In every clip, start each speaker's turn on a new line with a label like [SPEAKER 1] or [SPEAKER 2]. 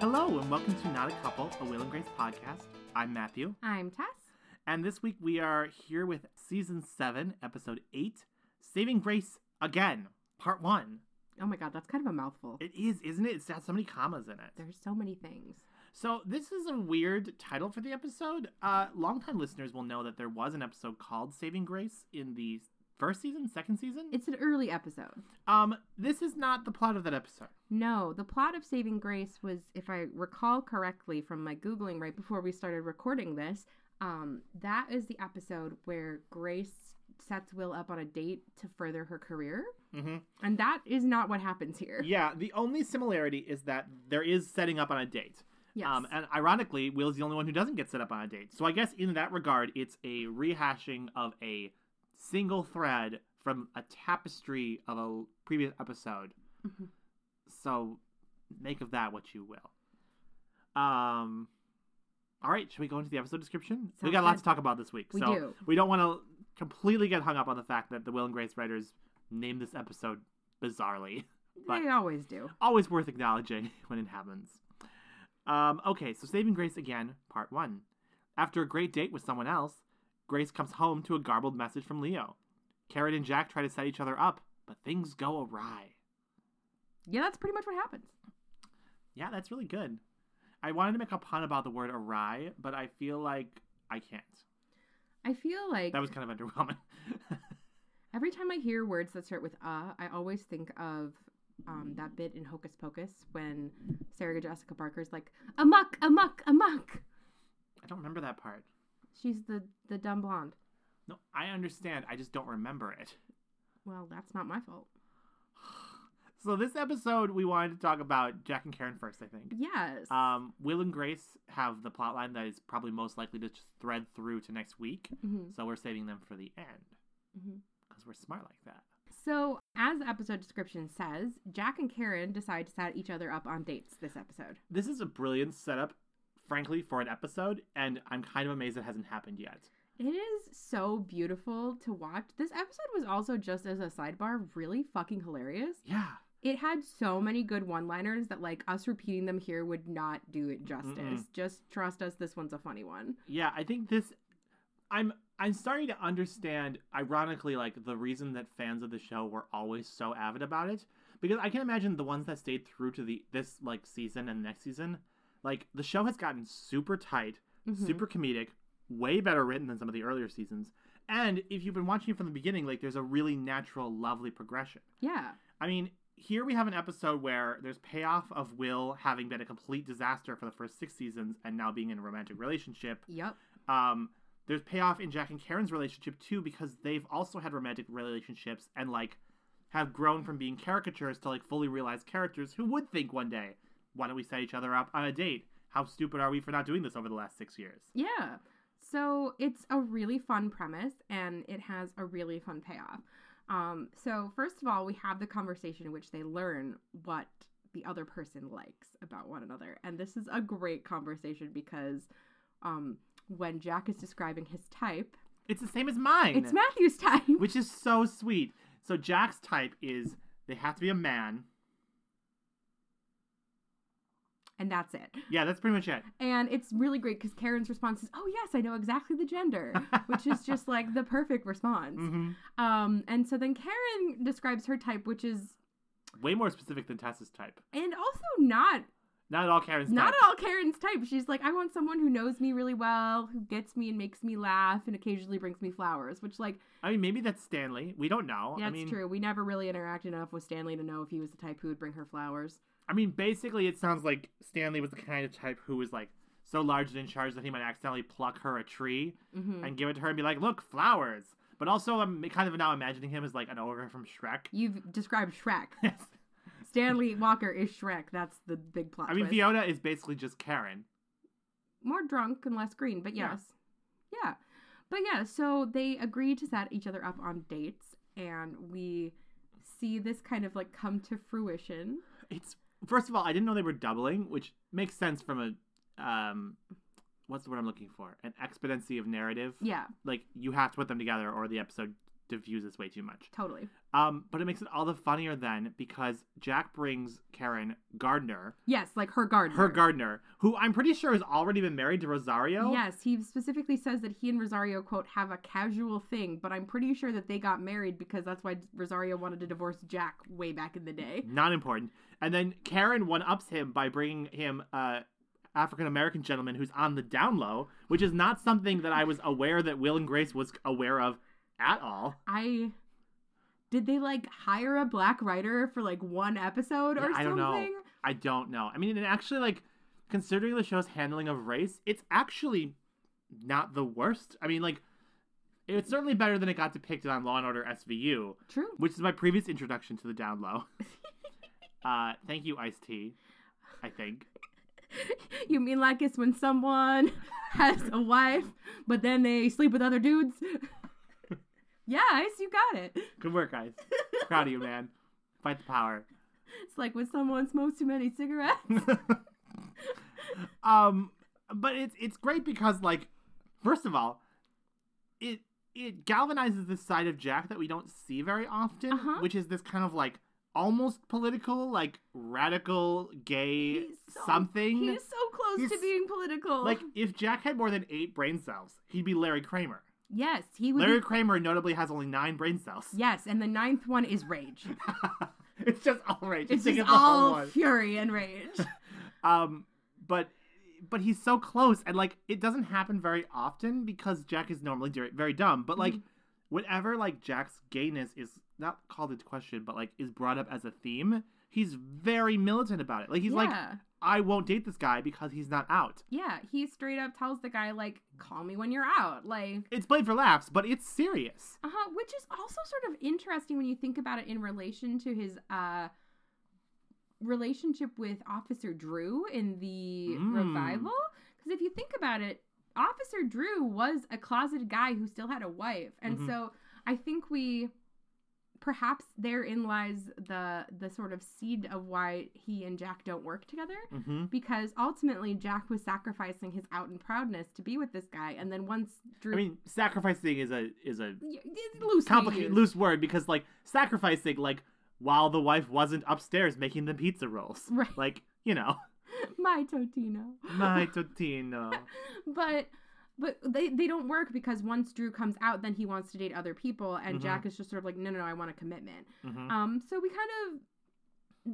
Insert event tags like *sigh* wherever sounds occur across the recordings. [SPEAKER 1] Hello, and welcome to Not a Couple, a Will and Grace podcast. I'm Matthew,
[SPEAKER 2] I'm Tess.
[SPEAKER 1] and this week we are here with season seven, episode eight Saving Grace Again, part one.
[SPEAKER 2] Oh my god, that's kind of a mouthful.
[SPEAKER 1] It is, isn't it? It's got so many commas in it.
[SPEAKER 2] There's so many things.
[SPEAKER 1] So, this is a weird title for the episode. Uh, longtime listeners will know that there was an episode called Saving Grace in the first season, second season.
[SPEAKER 2] It's an early episode.
[SPEAKER 1] Um, this is not the plot of that episode.
[SPEAKER 2] No, the plot of Saving Grace was, if I recall correctly from my Googling right before we started recording this, um, that is the episode where Grace sets Will up on a date to further her career. Mm-hmm. And that is not what happens here.
[SPEAKER 1] Yeah, the only similarity is that there is setting up on a date.
[SPEAKER 2] Yes.
[SPEAKER 1] Um, and ironically, Will's the only one who doesn't get set up on a date. So I guess in that regard, it's a rehashing of a single thread from a tapestry of a previous episode.
[SPEAKER 2] Mm-hmm.
[SPEAKER 1] So make of that what you will. Um, all right, should we go into the episode description? we
[SPEAKER 2] Sounds
[SPEAKER 1] got a lot
[SPEAKER 2] good.
[SPEAKER 1] to talk about this week.
[SPEAKER 2] We
[SPEAKER 1] so
[SPEAKER 2] do.
[SPEAKER 1] we don't want to completely get hung up on the fact that the Will and Grace writers named this episode bizarrely. But
[SPEAKER 2] they always do.
[SPEAKER 1] always worth acknowledging *laughs* when it happens. Um, okay, so Saving Grace again, part one. After a great date with someone else, Grace comes home to a garbled message from Leo. Karen and Jack try to set each other up, but things go awry.
[SPEAKER 2] Yeah, that's pretty much what happens.
[SPEAKER 1] Yeah, that's really good. I wanted to make a pun about the word awry, but I feel like I can't.
[SPEAKER 2] I feel like
[SPEAKER 1] That was kind of *laughs* underwhelming.
[SPEAKER 2] Every time I hear words that start with uh, I always think of um, that bit in Hocus Pocus when Sarah Jessica Parker's like, amok, amok, amok.
[SPEAKER 1] I don't remember that part.
[SPEAKER 2] She's the, the dumb blonde.
[SPEAKER 1] No, I understand. I just don't remember it. *sighs*
[SPEAKER 2] Well, that's not my fault.
[SPEAKER 1] So, this episode, we wanted to talk about Jack and Karen first, I think.
[SPEAKER 2] Yes.
[SPEAKER 1] Um, Will and Grace have the plot line that is probably most likely to just thread through to next week.
[SPEAKER 2] Mhm.
[SPEAKER 1] So we're saving them for the end
[SPEAKER 2] Mhm.
[SPEAKER 1] because we're smart like that.
[SPEAKER 2] So, as the episode description says, Jack and Karen decide to set each other up on dates this episode.
[SPEAKER 1] This is a brilliant setup, frankly, for an episode, and I'm kind of amazed it hasn't happened yet.
[SPEAKER 2] It is so beautiful to watch. This episode was also, just as a sidebar, really fucking hilarious.
[SPEAKER 1] Yeah.
[SPEAKER 2] it had so many good one-liners that like us repeating them here would not do it justice. Just trust us, this one's a funny one.
[SPEAKER 1] Yeah, I think this I'm I'm starting to understand ironically like the reason that fans of the show were always so avid about it because I can imagine the ones that stayed through to the this like season and next season like the show has gotten super tight, Mm-hmm.
[SPEAKER 2] Mm-hmm.
[SPEAKER 1] super comedic, way better written than some of the earlier seasons. And if you've been watching it from the beginning, like there's a really natural lovely progression.
[SPEAKER 2] Yeah.
[SPEAKER 1] I mean, here we have an episode where there's payoff of Will having been a complete disaster for the first 6 seasons and now being in a romantic relationship
[SPEAKER 2] Yep.
[SPEAKER 1] um, there's payoff in Jack and Karen's relationship too because they've also had romantic relationships and like have grown from being caricatures to like fully realized characters who would think one day, why don't we set each other up on a date? How stupid are we for not doing this over the last six years?
[SPEAKER 2] Yeah. So it's a really fun premise and it has a really fun payoff. Um, so first of all, we have the conversation in which they learn what the other person likes about one another. And this is a great conversation because um when Jack is describing his type,
[SPEAKER 1] It's the same as mine,
[SPEAKER 2] it's Matthew's type.
[SPEAKER 1] which is so sweet. So Jack's type is they have to be a man.
[SPEAKER 2] And that's it.
[SPEAKER 1] Yeah, that's pretty much it.
[SPEAKER 2] And it's really great because Karen's response is, "Oh yes, I know exactly
[SPEAKER 1] *laughs*
[SPEAKER 2] the gender," which is just like the perfect response.
[SPEAKER 1] Mm-hmm.
[SPEAKER 2] Um, and so then Karen describes her type, which is,
[SPEAKER 1] Way more specific than Tessa's type.
[SPEAKER 2] and also not
[SPEAKER 1] Not at all Karen's
[SPEAKER 2] not
[SPEAKER 1] type.
[SPEAKER 2] at all Karen's type. She's like, "I want someone who knows me really well, who gets me and makes me laugh, and occasionally brings me flowers." Which, like,
[SPEAKER 1] I mean, maybe that's Stanley. We don't know.
[SPEAKER 2] that's
[SPEAKER 1] I mean,
[SPEAKER 2] true. We never really interacted enough with Stanley to know if he was the type who would bring her flowers.
[SPEAKER 1] I mean, basically, it sounds like Stanley was the kind of type who was like so large and in charge that he might accidentally pluck her a tree
[SPEAKER 2] Mm.
[SPEAKER 1] and give it to her and be like, "Look, flowers." But also, I'm kind of now imagining him as like an ogre from Shrek.
[SPEAKER 2] You've described Shrek.
[SPEAKER 1] Yes.
[SPEAKER 2] Stanley Walker is Shrek. That's the big plot.
[SPEAKER 1] *laughs* I mean,
[SPEAKER 2] twist.
[SPEAKER 1] Fiona is basically just Karen.
[SPEAKER 2] more drunk and less green, but
[SPEAKER 1] Yeah.
[SPEAKER 2] yes. Yeah. But yeah, so they agree to set each other up on dates and we see this kind of like come to fruition.
[SPEAKER 1] It's first of all, I didn't know they were doubling, which makes sense from a um, what's the word I'm looking for? An exponency of narrative.
[SPEAKER 2] Yeah.
[SPEAKER 1] Like you have to put them together, or the episode diffuses way too much.
[SPEAKER 2] Totally.
[SPEAKER 1] Um, but it makes it all the funnier then because Jack brings Karen Gardner,
[SPEAKER 2] Yes, like her gardener.
[SPEAKER 1] her gardener, who I'm pretty sure has already been married to Rosario.
[SPEAKER 2] Yes, he specifically says that he and Rosario, quote, have a casual thing, but I'm pretty sure that they got married because that's why Rosario wanted to divorce Jack way back in the day.
[SPEAKER 1] Not important. And then Karen one ups him by bringing him uh, African American gentleman who's on the down low, which is not something that I was aware that Will and Grace was aware of at all.
[SPEAKER 2] I. Did they like hire a black writer for like one episode or
[SPEAKER 1] Yeah, I
[SPEAKER 2] something?
[SPEAKER 1] don't know. I don't know. I mean, and actually, like, considering the show's handling of race, it's actually not the worst. I mean, like, it's certainly better than it got depicted on Law and Order SVU,
[SPEAKER 2] True.
[SPEAKER 1] which is my previous introduction to the down low. *laughs* uh, thank you, Ice T. I think.
[SPEAKER 2] you mean like it's when someone *laughs* has a wife, but then they sleep with other dudes? *laughs* yeah, Ice, you got it.
[SPEAKER 1] Good work, Ice. Proud of you, man. Fight the
[SPEAKER 2] *laughs*
[SPEAKER 1] power.
[SPEAKER 2] It's like when someone smokes too many cigarettes.
[SPEAKER 1] um, but it's it's great because like, first of all, it it galvanizes this side of Jack that we don't see very often,
[SPEAKER 2] Uh-huh.
[SPEAKER 1] which is this kind of like almost political, like radical gay
[SPEAKER 2] He's so-
[SPEAKER 1] something.
[SPEAKER 2] He's so close to
[SPEAKER 1] He's-
[SPEAKER 2] being political.
[SPEAKER 1] Like if Jack had more than eight brain cells, he'd be Larry Kramer.
[SPEAKER 2] yes, he would.
[SPEAKER 1] Larry
[SPEAKER 2] be-
[SPEAKER 1] Kramer notably has only nine brain cells.
[SPEAKER 2] yes, and the ninth one is rage.
[SPEAKER 1] *laughs* it's just all right.
[SPEAKER 2] It's
[SPEAKER 1] think
[SPEAKER 2] just
[SPEAKER 1] the whole
[SPEAKER 2] all
[SPEAKER 1] one.
[SPEAKER 2] fury and rage.
[SPEAKER 1] Um, but but he's so close, and like it doesn't happen very often because Jack is normally very, very dumb. But like, whenever like Jack's gayness is not called into question, but like is brought up as a theme, he's very militant about it. Like *laughs* he's like,
[SPEAKER 2] yeah,
[SPEAKER 1] I won't date this guy because he's not out.
[SPEAKER 2] yeah. He straight up tells the guy like, "Call me when you're out." Like,
[SPEAKER 1] It's played for laughs, but it's serious.
[SPEAKER 2] Uh-huh, which is also sort of interesting when you think about it in relation to his uh relationship with Officer Drew in the
[SPEAKER 1] Mm.
[SPEAKER 2] revival. Because if you think about it, Officer Drew was a closeted guy who still had a wife, and
[SPEAKER 1] Mhm.
[SPEAKER 2] so I think we perhaps therein lies the the sort of seed of why he and Jack don't work together
[SPEAKER 1] Mm-hmm.
[SPEAKER 2] because ultimately Jack was sacrificing his out and proudness to be with this guy and then once Drew
[SPEAKER 1] I mean, sacrificing is a is a
[SPEAKER 2] Y- y- loosely
[SPEAKER 1] complicated
[SPEAKER 2] used.
[SPEAKER 1] loose word because like sacrificing like while the wife wasn't upstairs making the pizza rolls,
[SPEAKER 2] *laughs* right
[SPEAKER 1] like you know.
[SPEAKER 2] my Totino.
[SPEAKER 1] My Totino.
[SPEAKER 2] But but they, they don't work because once Drew comes out, then he wants to date other people, and
[SPEAKER 1] Mhm.
[SPEAKER 2] Jack is just sort of like, no, no, no, I want a commitment.
[SPEAKER 1] Mhm.
[SPEAKER 2] Um, so we kind of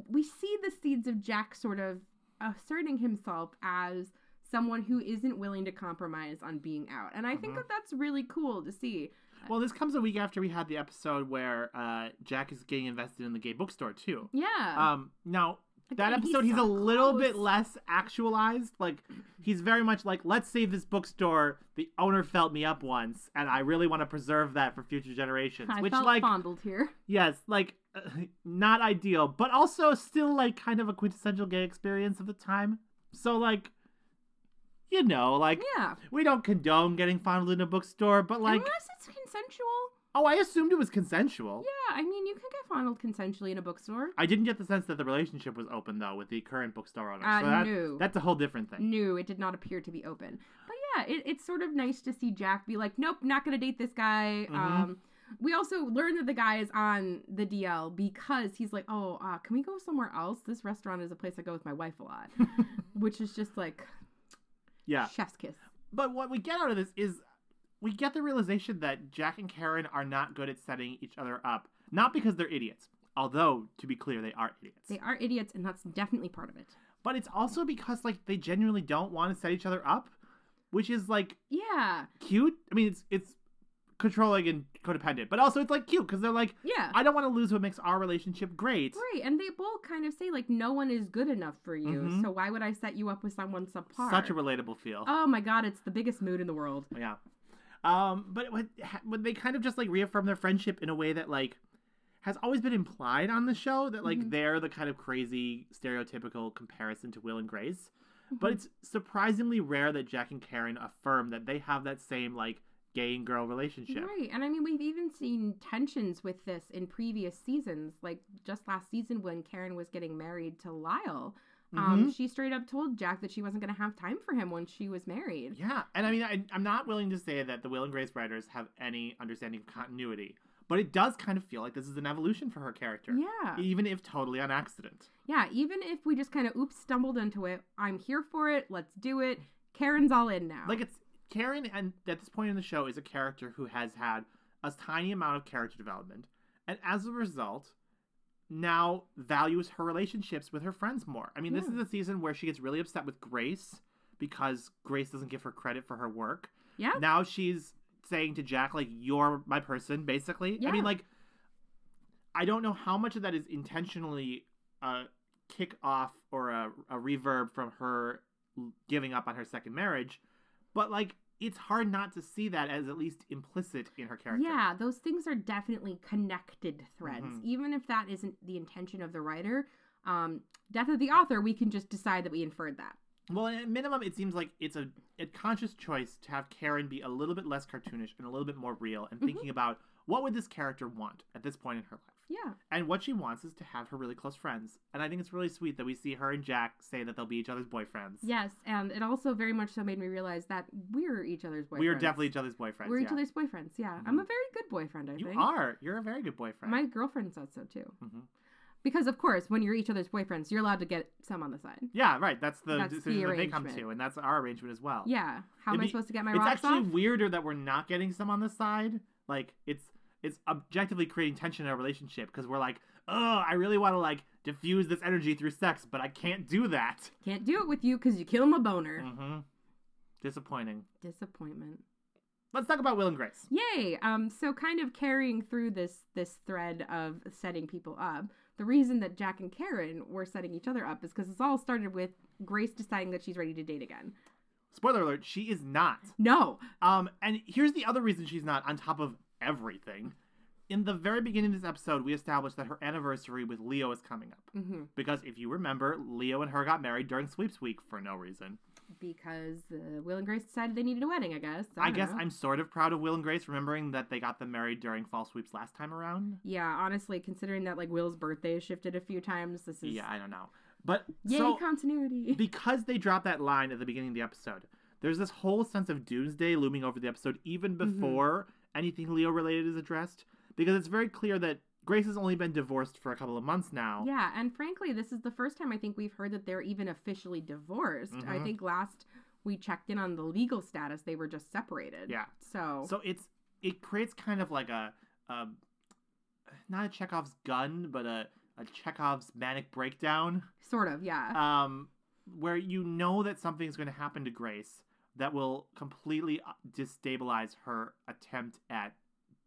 [SPEAKER 2] we see the seeds of Jack sort of asserting himself as someone who isn't willing to compromise on being out, and I think
[SPEAKER 1] Mhm.
[SPEAKER 2] that that's really cool to see.
[SPEAKER 1] Well, this comes a week after we had the episode where uh, Jack is getting invested in the gay bookstore too.
[SPEAKER 2] Yeah,
[SPEAKER 1] Um, now that
[SPEAKER 2] Again,
[SPEAKER 1] episode, he's, a
[SPEAKER 2] so
[SPEAKER 1] little bit
[SPEAKER 2] close.
[SPEAKER 1] less actualized. Like he's very much like, let's save this bookstore. The owner felt me up once, and I really want to preserve that for future generations.
[SPEAKER 2] I
[SPEAKER 1] which,
[SPEAKER 2] felt
[SPEAKER 1] like,
[SPEAKER 2] fondled here. *laughs*
[SPEAKER 1] yes, like *laughs* not ideal, but also still like kind of a quintessential gay experience of the time. So like, you know, like
[SPEAKER 2] Yeah,
[SPEAKER 1] we don't condone getting fondled in a bookstore, but like.
[SPEAKER 2] unless it's consensual.
[SPEAKER 1] Oh, I assumed it was consensual.
[SPEAKER 2] Yeah, I mean, you can get fondled consensually in a bookstore.
[SPEAKER 1] I didn't get the sense that the relationship was open though with the current bookstore owner.
[SPEAKER 2] Uh,
[SPEAKER 1] so that,
[SPEAKER 2] no. Mm.
[SPEAKER 1] that's a whole different thing.
[SPEAKER 2] No, it did not appear to be open. But yeah, it, it's sort of nice to see Jack be like, nope, not going to date this guy.
[SPEAKER 1] Mhm.
[SPEAKER 2] Um, we also learn that the guy is on the DL because he's like, oh, uh, can we go somewhere else? This restaurant is a place I go with my wife
[SPEAKER 1] *laughs*
[SPEAKER 2] a lot, which is just like
[SPEAKER 1] Yeah.
[SPEAKER 2] chef's kiss.
[SPEAKER 1] But what we get out of this is we get the realization that Jack and Karen are not good at setting each other up, not because they're idiots, although to be clear they are idiots.
[SPEAKER 2] They are idiots, and that's definitely part of it.
[SPEAKER 1] But it's also because like they genuinely don't want to set each other up, which is like
[SPEAKER 2] Yeah,
[SPEAKER 1] cute. I mean, it's it's controlling and codependent, but also it's like cute cuz they're like
[SPEAKER 2] yeah.
[SPEAKER 1] *laughs* I don't want to lose what makes our relationship great.
[SPEAKER 2] Right, and they both kind of say like, "No one is good enough for you,
[SPEAKER 1] Mhm.
[SPEAKER 2] so why would I set you up with someone subpar?"
[SPEAKER 1] Such a relatable feel.
[SPEAKER 2] oh my god, it's the biggest mood in the world.
[SPEAKER 1] Yeah. Um, but when, when they kind of just like reaffirm their friendship in a way that like has always been implied on the show that like
[SPEAKER 2] Mhm.
[SPEAKER 1] they're the kind of crazy stereotypical comparison to Will and Grace. But
[SPEAKER 2] Mhm.
[SPEAKER 1] it's surprisingly rare that Jack and Karen affirm that they have that same like gay and girl relationship.
[SPEAKER 2] Right. And I mean, we've even seen tensions with this in previous seasons. Like just last season when Karen was getting married to Lyle,
[SPEAKER 1] Mm-hmm.
[SPEAKER 2] um, she straight up told Jack that she wasn't going to have time for him when she was married.
[SPEAKER 1] Yeah, and I mean, I, I'm not willing to say that the Will and Grace writers have any understanding of continuity, But it does kind of feel like this is an evolution for her character.
[SPEAKER 2] Yeah.
[SPEAKER 1] Even if totally on accident.
[SPEAKER 2] Yeah, even if we just kind of oops stumbled into it, I'm here for it. Let's do it. Karen's all in now.
[SPEAKER 1] Like it's Karen and at this point in the show is a character who has had a tiny amount of character development and as a result now values her relationships with her friends more. I mean, this
[SPEAKER 2] Yeah.
[SPEAKER 1] is a season where she gets really upset with Grace because Grace doesn't give her credit for her work.
[SPEAKER 2] yeah,
[SPEAKER 1] now she's saying to Jack, like, you're my person, basically. I
[SPEAKER 2] Yeah.
[SPEAKER 1] mean, like, I don't know how much of that is intentionally a kick off or a, a reverb from her l- giving up on her second marriage, but like, it's hard not to see that as at least implicit in her character.
[SPEAKER 2] yeah, those things are definitely connected threads,
[SPEAKER 1] Mhm.
[SPEAKER 2] even if that isn't the intention of the writer. Um, death of the author, we can just decide that we inferred that.
[SPEAKER 1] Well, at minimum, it seems like it's a, a conscious choice to have Karen be a little bit less cartoonish and a little bit more real and
[SPEAKER 2] Mhm.
[SPEAKER 1] thinking about what would this character want at this point in her life.
[SPEAKER 2] Yeah,
[SPEAKER 1] And what she wants is to have her really close friends. And I think it's really sweet that we see her and Jack say that they'll be each other's boyfriends.
[SPEAKER 2] yes, and it also very much so made me realize that we're each other's boyfriends.
[SPEAKER 1] We are definitely each other's boyfriends.
[SPEAKER 2] we're
[SPEAKER 1] yeah. Mm-hmm.
[SPEAKER 2] each other's boyfriends. Yeah, I'm a very good boyfriend. I
[SPEAKER 1] You
[SPEAKER 2] think
[SPEAKER 1] are. You're a very good boyfriend.
[SPEAKER 2] My girlfriend said so too.
[SPEAKER 1] Mhm.
[SPEAKER 2] Because of course, when you're each other's boyfriends, you're allowed to get some on the side.
[SPEAKER 1] Yeah, right. That's the
[SPEAKER 2] That's the
[SPEAKER 1] decision that they come
[SPEAKER 2] arrangement.
[SPEAKER 1] to, and that's our arrangement as well.
[SPEAKER 2] Yeah, how am
[SPEAKER 1] It'd
[SPEAKER 2] I
[SPEAKER 1] be-
[SPEAKER 2] supposed to get my
[SPEAKER 1] it's
[SPEAKER 2] rocks
[SPEAKER 1] actually
[SPEAKER 2] off?
[SPEAKER 1] weirder that we're not getting some on the side. Like it's it's objectively creating tension in our relationship because we're like, oh, I really want to like diffuse this energy through sex, but I can't do that.
[SPEAKER 2] Can't do it with you because you kill my boner.
[SPEAKER 1] hmm Disappointing.
[SPEAKER 2] Disappointment.
[SPEAKER 1] Let's talk about Will and Grace.
[SPEAKER 2] Yay! Um, so kind of carrying through this this thread of setting people up. The reason that Jack and Karen were setting each other up is because it's all started with Grace deciding that she's ready to date again.
[SPEAKER 1] Spoiler alert: she is not.
[SPEAKER 2] No,
[SPEAKER 1] Um, and here's the other reason she's not on top of everything. In the very beginning of this episode, we established that her anniversary with Leo is coming up.
[SPEAKER 2] hmm
[SPEAKER 1] Because if you remember, Leo and her got married during sweeps week for no reason.
[SPEAKER 2] because uh, Will and Grace decided they needed a wedding. I guess.
[SPEAKER 1] I,
[SPEAKER 2] don't
[SPEAKER 1] guess
[SPEAKER 2] know.
[SPEAKER 1] I'm sort of proud of Will and Grace remembering that they got them married during fall sweeps last time around.
[SPEAKER 2] Yeah, honestly, considering that like Will's birthday has shifted a few times, this is
[SPEAKER 1] Yeah, I don't know. But
[SPEAKER 2] yay
[SPEAKER 1] so
[SPEAKER 2] continuity. *laughs*
[SPEAKER 1] because they dropped that line at the beginning of the episode, there's this whole sense of doomsday looming over the episode even before anything Leo related is addressed. Because it's very clear that Grace has only been divorced for a couple of months now.
[SPEAKER 2] Yeah, and frankly, this is the first time I think we've heard that they're even officially divorced. I
[SPEAKER 1] Mhm.
[SPEAKER 2] think last we checked in on the legal status, they were just separated.
[SPEAKER 1] Yeah.
[SPEAKER 2] So,
[SPEAKER 1] So it's it creates kind of like a, a not a Chekhov's gun, but a, a Chekhov's manic breakdown.
[SPEAKER 2] sort of, yeah.
[SPEAKER 1] Um where you know that something's going to happen to Grace that will completely uh, destabilize her attempt at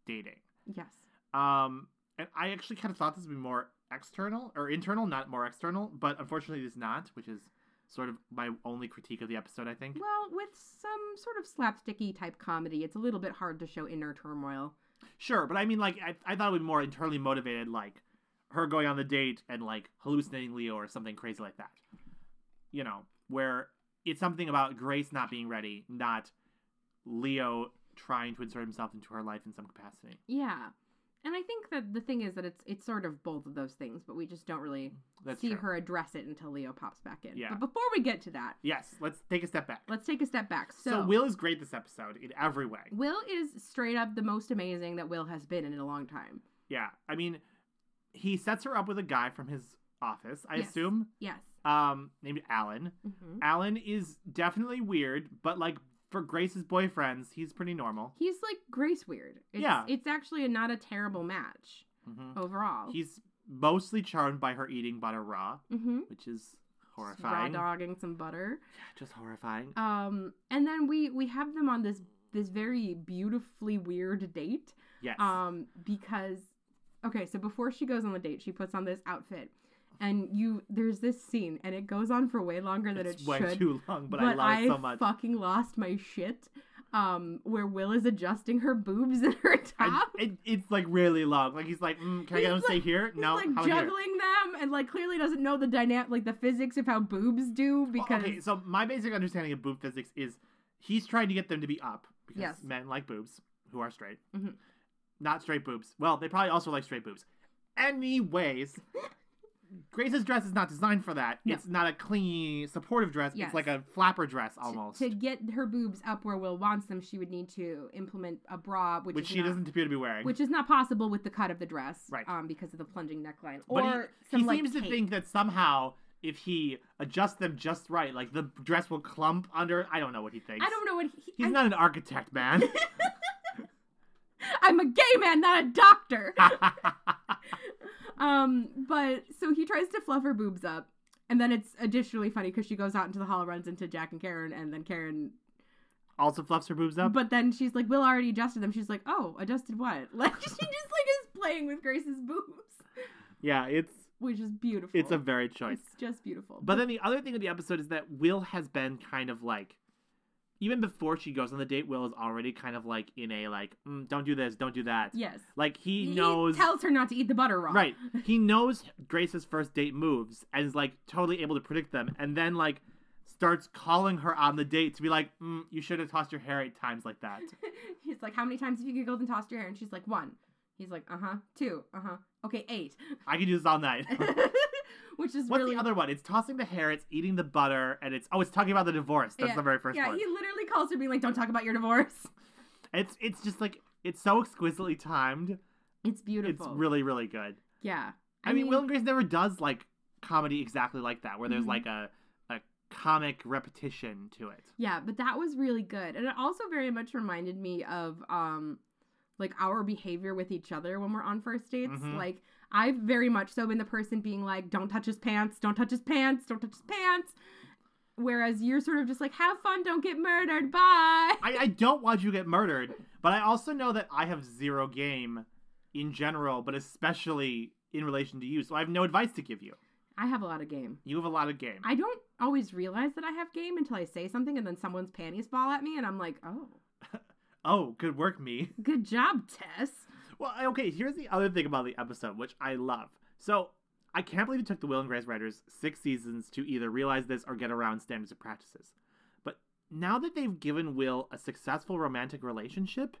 [SPEAKER 1] dating.
[SPEAKER 2] yes.
[SPEAKER 1] Um, and I actually kind of thought this would be more external or internal, not more external, but unfortunately it is not, which is sort of my only critique of the episode, I think.
[SPEAKER 2] Well, with some sort of slapsticky type comedy, it's a little bit hard to show inner turmoil.
[SPEAKER 1] Sure, but I mean, like, I, I thought it would be more internally motivated, like her going on the date and like hallucinating Leo or something crazy like that. You know, where it's something about Grace not being ready, not Leo trying to insert himself into her life in some capacity.
[SPEAKER 2] Yeah. And I think that the thing is that it's it's sort of both of those things, but we just don't really
[SPEAKER 1] That's
[SPEAKER 2] see
[SPEAKER 1] true.
[SPEAKER 2] her address it until Leo pops back in.
[SPEAKER 1] Yeah.
[SPEAKER 2] But before we get to that,
[SPEAKER 1] Yes, let's take a step back.
[SPEAKER 2] let's take a step back. So,
[SPEAKER 1] so Will is great this episode in every way.
[SPEAKER 2] Will is straight up the most amazing that Will has been in a long time.
[SPEAKER 1] Yeah, I mean, he sets her up with a guy from his office, I
[SPEAKER 2] Yes.
[SPEAKER 1] assume,
[SPEAKER 2] Yes.
[SPEAKER 1] um, named Alan.
[SPEAKER 2] hmm
[SPEAKER 1] Alan is definitely weird, but like for Grace's boyfriends, he's pretty normal.
[SPEAKER 2] He's like Grace Weird. It's,
[SPEAKER 1] Yeah.
[SPEAKER 2] It's actually not a terrible match
[SPEAKER 1] hmm
[SPEAKER 2] overall.
[SPEAKER 1] He's mostly charmed by her eating butter raw,
[SPEAKER 2] hmm
[SPEAKER 1] which is horrifying.
[SPEAKER 2] Raw dogging some butter.
[SPEAKER 1] Just horrifying.
[SPEAKER 2] Um, and then we we have them on this this very beautifully weird date.
[SPEAKER 1] yes.
[SPEAKER 2] Um, because okay, so before she goes on the date, she puts on this outfit, and you there's this scene, and it goes on for way longer than
[SPEAKER 1] it's
[SPEAKER 2] it
[SPEAKER 1] way
[SPEAKER 2] should.
[SPEAKER 1] too long, but, I love it so much.
[SPEAKER 2] fucking lost my shit. Um, where Will is adjusting her boobs *laughs* and her
[SPEAKER 1] I-
[SPEAKER 2] top.
[SPEAKER 1] it, it's like really long. Like he's like, mm, can I
[SPEAKER 2] He's
[SPEAKER 1] get him to stay
[SPEAKER 2] like-
[SPEAKER 1] here?
[SPEAKER 2] He's
[SPEAKER 1] No,
[SPEAKER 2] like
[SPEAKER 1] how about here?
[SPEAKER 2] juggling them and like clearly doesn't know the dynamic, like the physics of how boobs do
[SPEAKER 1] Well,
[SPEAKER 2] because
[SPEAKER 1] okay, so my basic understanding of boob physics is he's trying to get them to be up because
[SPEAKER 2] Yes.
[SPEAKER 1] men like boobs who are straight,
[SPEAKER 2] Mhm. *laughs*
[SPEAKER 1] not straight boobs. Well, they probably also like straight boobs. Anyways, Grace's dress is not designed for that.
[SPEAKER 2] No.
[SPEAKER 1] It's not a clingy, supportive dress.
[SPEAKER 2] Yes.
[SPEAKER 1] It's like a flapper dress
[SPEAKER 2] To-
[SPEAKER 1] almost,
[SPEAKER 2] To, get her boobs up where Will wants them, she would need to implement a bra, which,
[SPEAKER 1] which
[SPEAKER 2] is
[SPEAKER 1] she
[SPEAKER 2] not,
[SPEAKER 1] doesn't appear to be wearing.
[SPEAKER 2] which is not possible with the cut of the dress,
[SPEAKER 1] Right.
[SPEAKER 2] Um, because of the plunging neckline, or
[SPEAKER 1] But he-
[SPEAKER 2] some
[SPEAKER 1] he
[SPEAKER 2] like
[SPEAKER 1] seems to
[SPEAKER 2] tape.
[SPEAKER 1] think that somehow if he adjusts them just right, like the dress will clump under. I don't know what he thinks.
[SPEAKER 2] I don't know what he,
[SPEAKER 1] He's
[SPEAKER 2] I-
[SPEAKER 1] not an architect, man.
[SPEAKER 2] *laughs*
[SPEAKER 1] *laughs*
[SPEAKER 2] I'm a gay man, not a doctor. um, but so he tries to fluff her boobs up, and then it's additionally funny because she goes out into the hall, runs into Jack and Karen, and then Karen.
[SPEAKER 1] also fluffs her boobs up.
[SPEAKER 2] But then she's like, "Will already adjusted them." She's like, "Oh, adjusted what?" *laughs* Like she just like is playing with Grace's boobs,
[SPEAKER 1] yeah, it's
[SPEAKER 2] which is beautiful.
[SPEAKER 1] it's a very choice.
[SPEAKER 2] It's just beautiful.
[SPEAKER 1] But then the other thing of the episode is that Will has been kind of like, even before she goes on the date, Will is already kind of like in a like, mm, don't do this, don't do that.
[SPEAKER 2] yes,
[SPEAKER 1] Like he, knows,
[SPEAKER 2] tells her not to eat the butter raw.
[SPEAKER 1] right? He knows Grace's first date moves and is like totally able to predict them, and then like starts calling her on the date to be like, mm, you should have tossed your hair eight times like that.
[SPEAKER 2] *laughs* He's like, "How many times have you giggled and tossed your hair?" And she's like, "One." He's like, "Uh huh." Two. Uh huh. Okay, eight.
[SPEAKER 1] I could do this all
[SPEAKER 2] *laughs*
[SPEAKER 1] night.
[SPEAKER 2] which is
[SPEAKER 1] Uh-huh. What's
[SPEAKER 2] really
[SPEAKER 1] the other one? It's tossing the hair, it's eating the butter, and it's oh, it's talking about the divorce. That's
[SPEAKER 2] Yeah,
[SPEAKER 1] the very first
[SPEAKER 2] yeah
[SPEAKER 1] one.
[SPEAKER 2] he literally calls her being like don't talk about your divorce *laughs*
[SPEAKER 1] It's it's just like it's so exquisitely timed.
[SPEAKER 2] it's beautiful
[SPEAKER 1] It's really really good.
[SPEAKER 2] yeah
[SPEAKER 1] I, mean, Will and Grace never does like comedy exactly like that, where there's
[SPEAKER 2] Mhm.
[SPEAKER 1] like a a comic repetition to it.
[SPEAKER 2] yeah but that was really good and it also very much reminded me of um like our behavior with each other when we're on first dates
[SPEAKER 1] Mhm.
[SPEAKER 2] like i've very much so been the person being like don't touch his pants don't touch his pants don't touch his pants whereas you're sort of just like have fun don't get murdered bye
[SPEAKER 1] I, I don't want you to get murdered, but I also know that I have zero game in general, but especially in relation to you. So I have no advice to give you.
[SPEAKER 2] i have a lot of game
[SPEAKER 1] You have a lot of game.
[SPEAKER 2] i don't always realize that i have game until i say something and then someone's panties fall at me and i'm like oh
[SPEAKER 1] oh, good work, me.
[SPEAKER 2] Good job, Tess.
[SPEAKER 1] Well, I- okay, here's the other thing about the episode, which I love. So, I can't believe it took the Will and Grace writers six seasons to either realize this or get around standards of practices. But now that they've given Will a successful romantic relationship,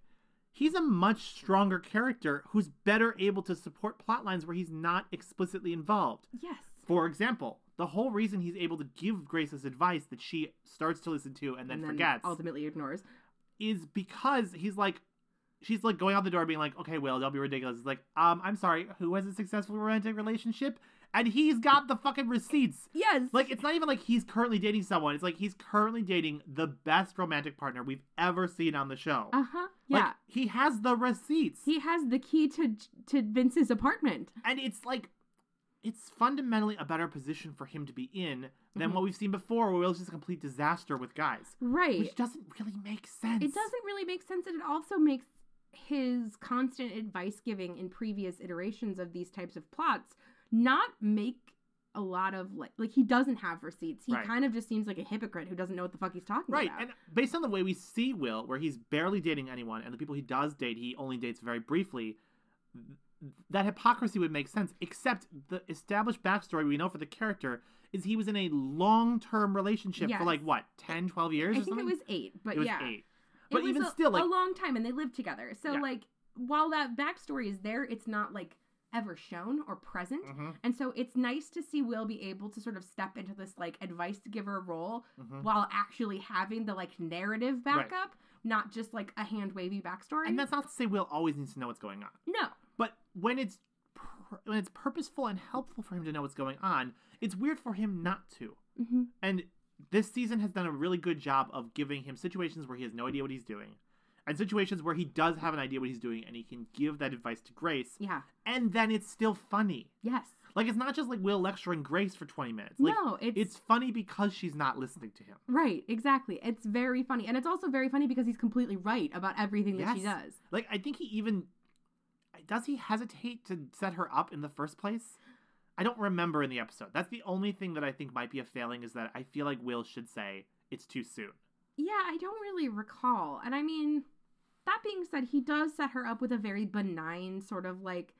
[SPEAKER 1] he's a much stronger character who's better able to support plotlines where he's not explicitly involved.
[SPEAKER 2] Yes.
[SPEAKER 1] For example, the whole reason he's able to give Grace this advice that she starts to listen to and then, forgets
[SPEAKER 2] Ultimately ignores.
[SPEAKER 1] is because he's like she's like going out the door being like okay will don't be ridiculous it's like um i'm sorry who has a successful romantic relationship and he's got the fucking receipts
[SPEAKER 2] Yes.
[SPEAKER 1] like it's not even like he's currently dating someone it's like he's currently dating the best romantic partner we've ever seen on the show
[SPEAKER 2] Uh huh. Yeah.
[SPEAKER 1] like he has the receipts
[SPEAKER 2] he has the key to to Vince's apartment.
[SPEAKER 1] and it's like it's fundamentally a better position for him to be in than
[SPEAKER 2] Mhm.
[SPEAKER 1] what we've seen before where it was just a complete disaster with guys
[SPEAKER 2] Right.
[SPEAKER 1] which doesn't really make sense
[SPEAKER 2] It doesn't really make sense, and it also makes his constant advice giving in previous iterations of these types of plots not make a lot of like like he doesn't have receipts. He
[SPEAKER 1] Right.
[SPEAKER 2] kind of just seems like a hypocrite who doesn't know what the fuck he's talking
[SPEAKER 1] Right,
[SPEAKER 2] about.
[SPEAKER 1] and based on the way we see Will, where he's barely dating anyone, and the people he does date, he only dates very briefly, th- that hypocrisy would make sense. Except the established backstory we know for the character is he was in a long term relationship
[SPEAKER 2] Yes.
[SPEAKER 1] for like what, 10, 12 years
[SPEAKER 2] I
[SPEAKER 1] or
[SPEAKER 2] think
[SPEAKER 1] something?
[SPEAKER 2] it was eight, but
[SPEAKER 1] It was
[SPEAKER 2] yeah.
[SPEAKER 1] eight.
[SPEAKER 2] it
[SPEAKER 1] But
[SPEAKER 2] was
[SPEAKER 1] even
[SPEAKER 2] a,
[SPEAKER 1] still, like,
[SPEAKER 2] a long time, and they lived together. So
[SPEAKER 1] Yeah.
[SPEAKER 2] like, while that backstory is there, it's not like ever shown or present.
[SPEAKER 1] Mhm,
[SPEAKER 2] And so it's nice to see Will be able to sort of step into this like advice giver role
[SPEAKER 1] mhm.
[SPEAKER 2] while actually having the like narrative
[SPEAKER 1] Right.
[SPEAKER 2] backup, not just like a hand wavy backstory.
[SPEAKER 1] And that's not to say Will always needs to know what's going on.
[SPEAKER 2] no,
[SPEAKER 1] But when it's pur- when it's purposeful and helpful for him to know what's going on, it's weird for him not to.
[SPEAKER 2] hmm
[SPEAKER 1] And this season has done a really good job of giving him situations where he has no idea what he's doing, and situations where he does have an idea what he's doing, and he can give that advice to Grace,
[SPEAKER 2] yeah,
[SPEAKER 1] and then it's still funny.
[SPEAKER 2] yes,
[SPEAKER 1] Like it's not just like Will lecturing Grace for twenty minutes. Like
[SPEAKER 2] no, it's,
[SPEAKER 1] it's funny because she's not listening to him.
[SPEAKER 2] right, exactly. It's very funny, and it's also very funny because he's completely right about everything that she
[SPEAKER 1] Yes.
[SPEAKER 2] does.
[SPEAKER 1] Like I think he even does he hesitate to set her up in the first place. I don't remember in the episode. That's the only thing that I think might be a failing is that I feel like Will should say it's too soon.
[SPEAKER 2] Yeah, I don't really recall. And I mean, that being said, he does set her up with a very benign sort of like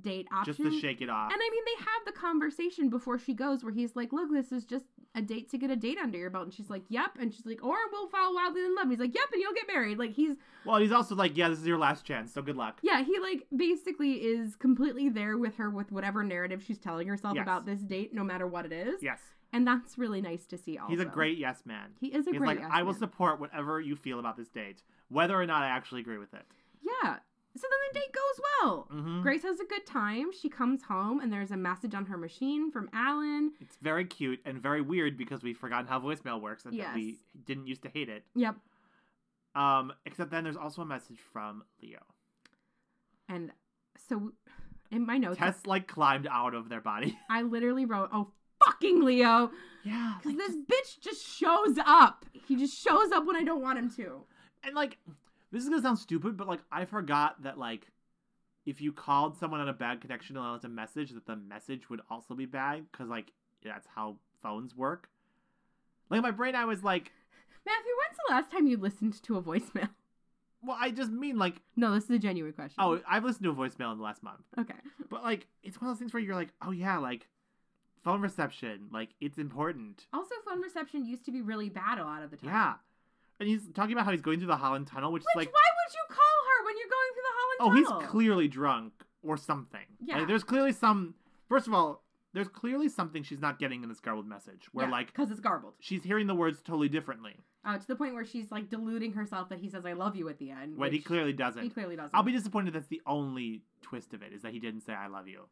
[SPEAKER 2] date option.
[SPEAKER 1] Just to shake it off.
[SPEAKER 2] And I mean, they have the conversation before she goes where he's like, look, this is just a date to get a date under your belt. And she's like, yep. And she's like, or we'll fall wildly in love. And he's like, yep. And you'll get married. Like, he's,
[SPEAKER 1] Well, he's also like, yeah, this is your last chance, so good luck.
[SPEAKER 2] yeah, he like basically is completely there with her with whatever narrative she's telling herself
[SPEAKER 1] Yes.
[SPEAKER 2] about this date, no matter what it is.
[SPEAKER 1] Yes.
[SPEAKER 2] And that's really nice to see also.
[SPEAKER 1] He's a great yes man.
[SPEAKER 2] He is a
[SPEAKER 1] he's
[SPEAKER 2] great
[SPEAKER 1] like,
[SPEAKER 2] yes
[SPEAKER 1] I will
[SPEAKER 2] man.
[SPEAKER 1] support whatever you feel about this date, whether or not I actually agree with it.
[SPEAKER 2] Yeah. So then the date goes well.
[SPEAKER 1] hmm
[SPEAKER 2] Grace has a good time. She comes home and there's a message on her machine from Alan.
[SPEAKER 1] It's very cute and very weird because we've forgotten how voicemail works and that
[SPEAKER 2] Yes.
[SPEAKER 1] we didn't used to hate it.
[SPEAKER 2] Yep.
[SPEAKER 1] Um, except then there's also a message from Leo.
[SPEAKER 2] And so in my notes,
[SPEAKER 1] Tess like climbed out of their body. *laughs*
[SPEAKER 2] I literally wrote, oh, fucking Leo.
[SPEAKER 1] yeah. like,
[SPEAKER 2] Because this bitch just shows up. He just shows up when I don't want him to.
[SPEAKER 1] and like this is gonna sound stupid, but like I forgot that like if you called someone on a bad connection and left a message, that the message would also be bad because like that's how phones work. Like in my brain, I was like,
[SPEAKER 2] Matthew, when's the last time you listened to a voicemail? *laughs*
[SPEAKER 1] well, I just mean like,
[SPEAKER 2] No, this is a genuine question.
[SPEAKER 1] oh, I've listened to a voicemail in the last month,
[SPEAKER 2] okay.
[SPEAKER 1] but like it's one of those things where you're like, oh yeah, like phone reception, like it's important.
[SPEAKER 2] Also, phone reception used to be really bad a lot of the time.
[SPEAKER 1] Yeah, and he's talking about how he's going through the Holland Tunnel, which
[SPEAKER 2] Which,
[SPEAKER 1] is like
[SPEAKER 2] why would you call her when you're going through the Holland
[SPEAKER 1] Oh,
[SPEAKER 2] Tunnel?
[SPEAKER 1] he's clearly drunk or something. Like,
[SPEAKER 2] Yeah.
[SPEAKER 1] there's clearly some. First of all, there's clearly something she's not getting in this garbled message where, like,
[SPEAKER 2] because it's garbled.
[SPEAKER 1] she's hearing the words totally differently
[SPEAKER 2] Uh, to the point where she's like deluding herself that he says "I love you" at the end.
[SPEAKER 1] when he
[SPEAKER 2] which
[SPEAKER 1] clearly
[SPEAKER 2] he
[SPEAKER 1] doesn't.
[SPEAKER 2] clearly doesn't.
[SPEAKER 1] I'll be disappointed that's the only twist of it is that he didn't say, I love you.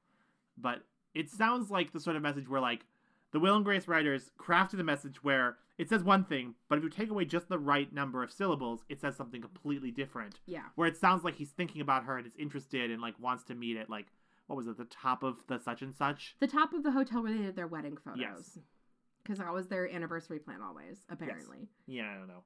[SPEAKER 1] But it sounds like the sort of message where, like, the Will and Grace writers crafted a message where it says one thing, but if you take away just the right number of syllables, it says something completely different.
[SPEAKER 2] yeah,
[SPEAKER 1] where it sounds like he's thinking about her and is interested and like wants to meet at like what was it the top of the such and such
[SPEAKER 2] the top of the hotel where they did their wedding photos.
[SPEAKER 1] Yes.
[SPEAKER 2] because that was their anniversary plan always, apparently.
[SPEAKER 1] yeah i don't know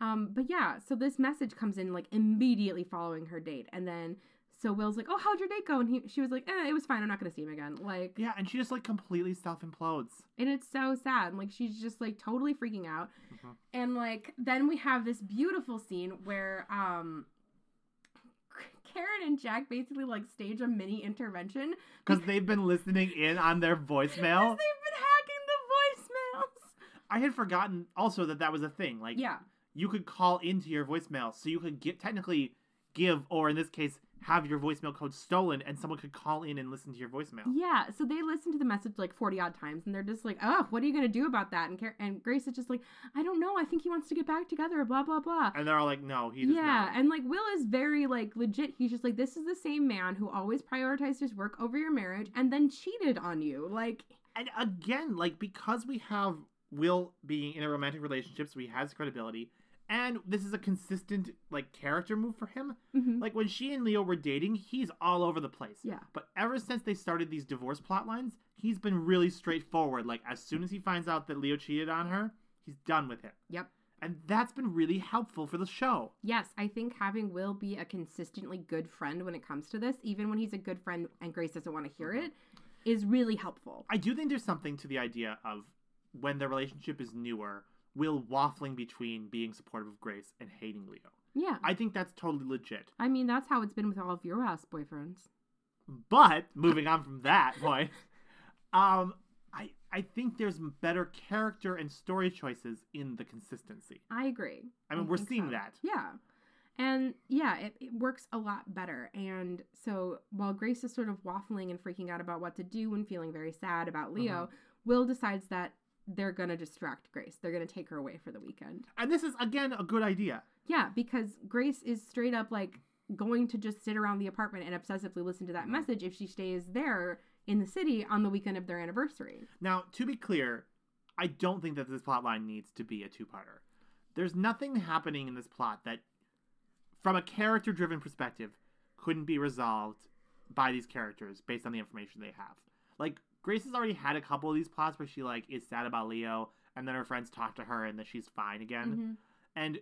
[SPEAKER 2] Um, but yeah, so this message comes in like immediately following her date, and then so Will's like, "Oh, how'd your date go?" And he, she was like, "Eh, it was fine. I'm not gonna see him again." Like,
[SPEAKER 1] yeah and she just like completely self implodes
[SPEAKER 2] *laughs* and it's so sad. Like, she's just like totally freaking out.
[SPEAKER 1] Mhm.
[SPEAKER 2] And like, then we have this beautiful scene where um, *laughs* Karen and Jack basically like stage a mini intervention
[SPEAKER 1] because they've been listening in on their
[SPEAKER 2] because
[SPEAKER 1] voicemail
[SPEAKER 2] they've been hacking
[SPEAKER 1] i had forgotten also that that was a thing
[SPEAKER 2] the
[SPEAKER 1] like
[SPEAKER 2] voicemails. Yeah,
[SPEAKER 1] you could call into your voicemail so you could get technically give or in this case have your voicemail code stolen and someone could call in and listen to your voicemail
[SPEAKER 2] yeah. So they listen to the message like forty odd times, and they're just like, "Oh, what are you gonna do about that?" And Car- and Grace is just like, "I don't know. I think he wants to get back together." Blah blah blah.
[SPEAKER 1] and they're all like no he does
[SPEAKER 2] Yeah,
[SPEAKER 1] not
[SPEAKER 2] and like Will is very like legit. He's just like, "This is the same man who always prioritized his work over your marriage and then cheated on you." Like,
[SPEAKER 1] and again, like because we have Will being in a romantic relationship, so he has credibility, and this is a consistent like character move for him.
[SPEAKER 2] mhm.
[SPEAKER 1] Like when she and Leo were dating, he's all over the place.
[SPEAKER 2] Yeah.
[SPEAKER 1] But ever since they started these divorce plot lines, he's been really straightforward. Like as soon as he finds out that Leo cheated on her, he's done with him.
[SPEAKER 2] Yep.
[SPEAKER 1] And that's been really helpful for the show.
[SPEAKER 2] Yes, I think having Will be a consistently good friend when it comes to this, even when he's a good friend and Grace doesn't want to hear
[SPEAKER 1] Mm-hmm.
[SPEAKER 2] it, is really helpful.
[SPEAKER 1] I do think there's something to the idea of when their relationship is newer, Will waffling between being supportive of Grace and hating Leo.
[SPEAKER 2] Yeah.
[SPEAKER 1] I think that's totally legit.
[SPEAKER 2] I mean, that's how it's been with all of your ass boyfriends.
[SPEAKER 1] But moving on from
[SPEAKER 2] *laughs*
[SPEAKER 1] that point, um, I I think there's better character and story choices in the consistency.
[SPEAKER 2] I agree.
[SPEAKER 1] I mean, we're
[SPEAKER 2] think
[SPEAKER 1] seeing
[SPEAKER 2] so.
[SPEAKER 1] that.
[SPEAKER 2] Yeah. And yeah, it, it works a lot better. And so while Grace is sort of waffling and freaking out about what to do and feeling very sad about
[SPEAKER 1] Uh-huh.
[SPEAKER 2] Leo, Will decides that they're going to distract Grace. They're going to take her away for the weekend.
[SPEAKER 1] And this is again a good idea.
[SPEAKER 2] Yeah, because Grace is straight up like going to just sit around the apartment and obsessively listen to that
[SPEAKER 1] Mhm.
[SPEAKER 2] message if she stays there in the city on the weekend of their anniversary.
[SPEAKER 1] Now, to be clear, I don't think that this plot line needs to be a two-parter. There's nothing happening in this plot that, from a character-driven perspective, couldn't be resolved by these characters based on the information they have. Like Grace has already had a couple of these plots where she like is sad about Leo, and then her friends talk to her and that she's fine again.
[SPEAKER 2] Mhm.
[SPEAKER 1] And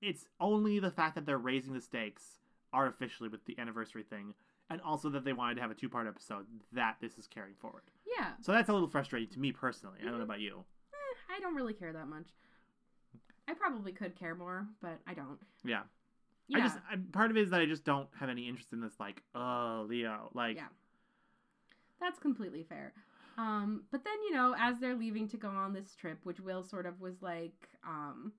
[SPEAKER 1] it's only the fact that they're raising the stakes artificially with the anniversary thing, and also that they wanted to have a two part episode that this is carrying forward.
[SPEAKER 2] Yeah,
[SPEAKER 1] So that's a little frustrating to me personally. I don't know
[SPEAKER 2] Mhm.
[SPEAKER 1] about you.
[SPEAKER 2] eh, I don't really care that much. I probably could care more, but I don't.
[SPEAKER 1] Yeah.
[SPEAKER 2] Yeah.
[SPEAKER 1] I just I, part of it is that I just don't have any interest in this. Like, oh, uh, Leo, like,
[SPEAKER 2] Yeah. That's completely fair. Um, but then, you know, as they're leaving to go on this trip, which Will sort of was like, um,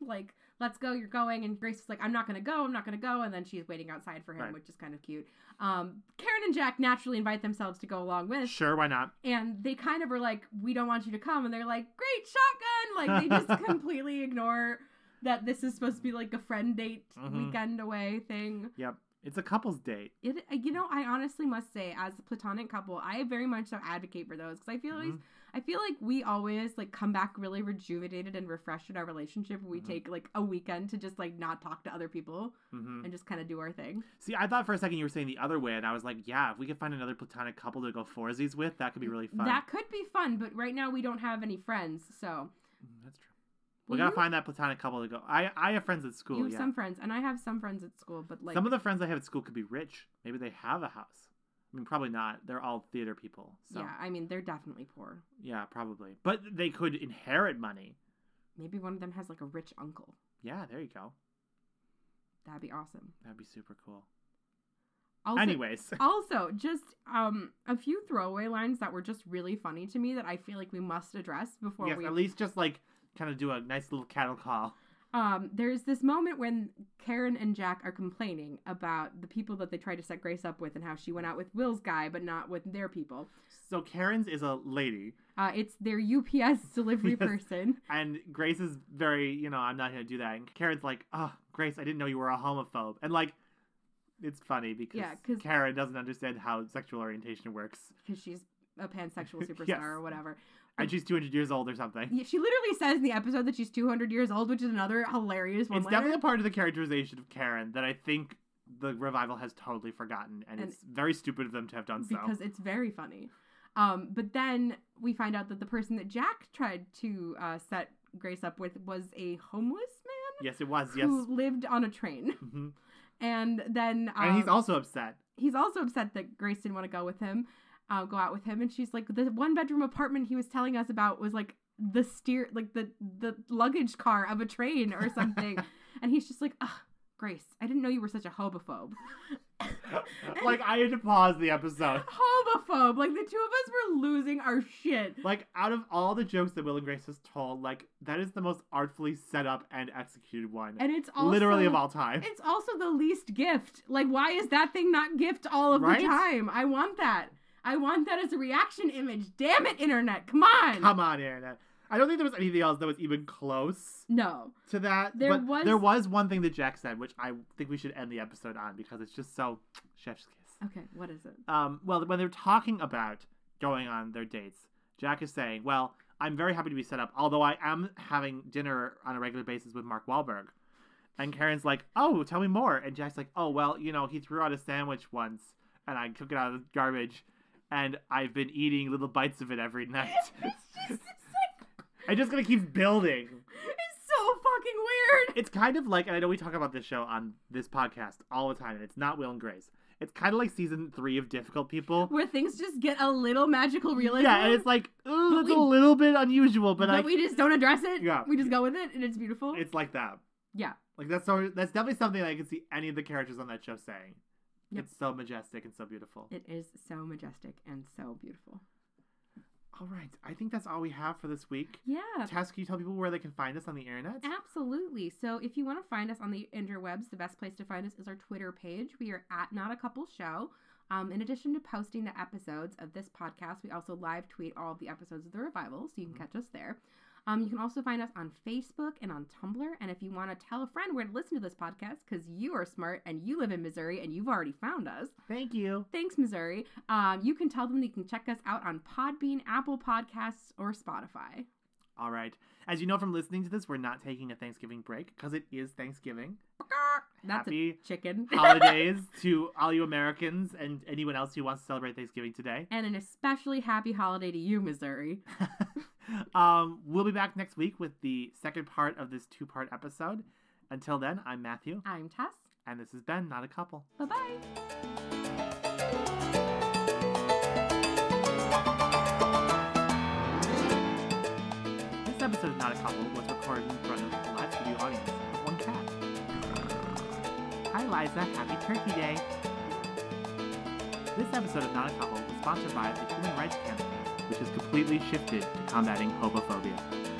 [SPEAKER 2] like, let's go, you're going. And Grace was like, I'm not going to go, I'm not going to go. And then she's waiting outside for him,
[SPEAKER 1] Right.
[SPEAKER 2] which is kind of cute. Um, Karen and Jack naturally invite themselves to go along with.
[SPEAKER 1] Sure, why not?
[SPEAKER 2] And they kind of are like, we don't want you to come. And they're like, great shotgun. Like, they just completely ignore that this is supposed to be like a friend date
[SPEAKER 1] Mhm.
[SPEAKER 2] weekend away thing.
[SPEAKER 1] Yep. It's a couple's date.
[SPEAKER 2] It, uh, you
[SPEAKER 1] Mm.
[SPEAKER 2] know, I honestly must say, as a platonic couple, I very much so advocate for those because I feel like
[SPEAKER 1] Mhm.
[SPEAKER 2] I feel like we always like come back really rejuvenated and refreshed in our relationship. when We
[SPEAKER 1] Mhm.
[SPEAKER 2] take like a weekend to just like not talk to other people
[SPEAKER 1] hmm
[SPEAKER 2] and just kind of do our thing.
[SPEAKER 1] See, I thought for a second you were saying the other way, and I was like, yeah, if we could find another platonic couple to go foursies with, that could be really fun.
[SPEAKER 2] That could be fun, but right now we don't have any friends, so
[SPEAKER 1] Mm, That's true.
[SPEAKER 2] Well,
[SPEAKER 1] we gotta
[SPEAKER 2] you-
[SPEAKER 1] find that platonic couple to go. I I have friends at school.
[SPEAKER 2] you have
[SPEAKER 1] yeah.
[SPEAKER 2] some friends, and I have some friends at school, but like
[SPEAKER 1] Some of the friends I have at school could be rich. Maybe they have a house. I mean, probably not. They're all theater people. So
[SPEAKER 2] yeah,
[SPEAKER 1] yeah,
[SPEAKER 2] I mean they're definitely poor.
[SPEAKER 1] probably. But they could inherit money.
[SPEAKER 2] Maybe one of them has like a rich uncle.
[SPEAKER 1] Yeah, there you go.
[SPEAKER 2] That'd be awesome.
[SPEAKER 1] That'd be super cool.
[SPEAKER 2] Also,
[SPEAKER 1] Anyways,
[SPEAKER 2] also just um a few throwaway lines that were just really funny to me that i feel like we must address
[SPEAKER 1] *laughs*
[SPEAKER 2] before
[SPEAKER 1] yes,
[SPEAKER 2] we
[SPEAKER 1] at least just like kind of do a nice little cattle call.
[SPEAKER 2] um there's this moment when karen and jack are complaining about the people that they tried to set grace up with and how she went out with will's guy but not with their people
[SPEAKER 1] So Karen's is a lady,
[SPEAKER 2] uh it's their ups *laughs* delivery
[SPEAKER 1] Yes.
[SPEAKER 2] person
[SPEAKER 1] and Grace is very, you know, I'm not gonna do that. And Karen's like, oh, Grace, I didn't know you were a homophobe. And like, it's funny because
[SPEAKER 2] Yeah, 'cause-
[SPEAKER 1] Karen doesn't understand how sexual orientation works,
[SPEAKER 2] because she's a
[SPEAKER 1] *laughs*
[SPEAKER 2] pansexual superstar
[SPEAKER 1] Yes.
[SPEAKER 2] or whatever
[SPEAKER 1] and she's 200 years old or
[SPEAKER 2] *laughs*
[SPEAKER 1] something.
[SPEAKER 2] Yeah, she literally says in the episode that she's 200 years old which is another hilarious one
[SPEAKER 1] it's definitely a part of the characterization of Karen that I think the revival has totally forgotten, and,
[SPEAKER 2] And-
[SPEAKER 1] it's very stupid of them to have done so.
[SPEAKER 2] because it's very funny. Um, but then we find out that the person that Jack tried to uh, set Grace up with was a homeless
[SPEAKER 1] yes, it was.
[SPEAKER 2] man
[SPEAKER 1] Yes,
[SPEAKER 2] who lived on a train.
[SPEAKER 1] Mhm.
[SPEAKER 2] And then um,
[SPEAKER 1] and he's also upset.
[SPEAKER 2] he's also upset that Grace didn't want to go with him, uh, go out with him. And she's like, the one bedroom apartment he was telling us about was like the steer, like the the luggage car of a train or
[SPEAKER 1] *laughs*
[SPEAKER 2] something. and he's just like, Ugh, Grace, I didn't know you were such a hobophobe.
[SPEAKER 1] like I had to pause the episode.
[SPEAKER 2] *laughs* Homophobe. Like the two of us were losing our shit.
[SPEAKER 1] Like out of all the jokes that Will and Grace has told, like that is the most artfully set up and executed one,
[SPEAKER 2] And it's also
[SPEAKER 1] literally of all time.
[SPEAKER 2] It's also the least gift. Like, why is that thing not gift all of
[SPEAKER 1] Right?
[SPEAKER 2] the time? I want that. I want that as a reaction image. Damn it, internet. Come
[SPEAKER 1] *laughs*
[SPEAKER 2] on.
[SPEAKER 1] Come on, internet. I don't think there was anything else that was even close
[SPEAKER 2] no.
[SPEAKER 1] to that.
[SPEAKER 2] There
[SPEAKER 1] but
[SPEAKER 2] was-
[SPEAKER 1] there was one thing that Jack said, which I think we should end the episode on because it's just so chef's kiss.
[SPEAKER 2] Okay, what is
[SPEAKER 1] *laughs*
[SPEAKER 2] it?
[SPEAKER 1] um, well, when they're talking about going on their dates, Jack is saying, "Well, I'm very happy to be set up, although I am having dinner on a regular basis with Mark Wahlberg." And Karen's like, "Oh, tell me more." And Jack's like, "Oh, well, you know, he threw out a sandwich once, and I took it out of the garbage, and I've been eating little bites of it
[SPEAKER 2] *laughs*
[SPEAKER 1] every night.
[SPEAKER 2] It's just, it's like,
[SPEAKER 1] I'm just gonna keep building."
[SPEAKER 2] it's so fucking weird.
[SPEAKER 1] It's kind of like, and I know we talk about this show on this podcast all the time, and it's not Will and Grace. It's kind of like season three of Difficult People,
[SPEAKER 2] Where things just get a little magical realism.
[SPEAKER 1] Yeah, and it's like, ooh,
[SPEAKER 2] um, But
[SPEAKER 1] that's
[SPEAKER 2] we-
[SPEAKER 1] a little bit unusual, but
[SPEAKER 2] but
[SPEAKER 1] I, *laughs*
[SPEAKER 2] we just don't address it.
[SPEAKER 1] Yeah.
[SPEAKER 2] We just go with it, and it's beautiful.
[SPEAKER 1] it's like that.
[SPEAKER 2] Yeah.
[SPEAKER 1] Like that's so, that's definitely something I can see any of the characters on that show saying.
[SPEAKER 2] Yep.
[SPEAKER 1] It's so majestic and so beautiful.
[SPEAKER 2] it is so majestic and so beautiful.
[SPEAKER 1] all right, I think that's all we have for this week.
[SPEAKER 2] Yeah,
[SPEAKER 1] Tess, can you tell people where they can find us on the internet?
[SPEAKER 2] Uh-huh. Absolutely. So if you want to find us on the interwebs, the best place to find us is our Twitter page. We are at Not a Couple Show. Um, in addition to posting the episodes of this podcast, we also live tweet all of the episodes of the revival, so you can
[SPEAKER 1] Mhm.
[SPEAKER 2] catch us there. Um, you can also find us on Facebook and on Tumblr. And if you want to tell a friend where to listen to this podcast, because you are smart and you live in Missouri and you've already found us,
[SPEAKER 1] Thank you.
[SPEAKER 2] thanks, Missouri. Um, you can tell them they can check us out on Podbean, Apple Podcasts, or Spotify.
[SPEAKER 1] All right. As you know from listening to this, we're not taking a Thanksgiving break because it is Thanksgiving.
[SPEAKER 2] That's
[SPEAKER 1] Happy
[SPEAKER 2] a chicken.
[SPEAKER 1] holidays *laughs* to all you Americans and anyone else who wants to celebrate Thanksgiving today.
[SPEAKER 2] And an especially happy holiday to you, Missouri.
[SPEAKER 1] *laughs* um, we'll be back next week with the second part of this two part episode. Until then, I'm Matthew,
[SPEAKER 2] I'm Tess.
[SPEAKER 1] and this has been Not a Couple.
[SPEAKER 2] Bye bye.
[SPEAKER 1] This episode of Not a Couple was recorded in front of a live studio audience of one cat. Hi, Liza. Happy Turkey Day. This episode of Not a Couple was sponsored by the Human Rights Campaign, which has completely shifted to combating homophobia.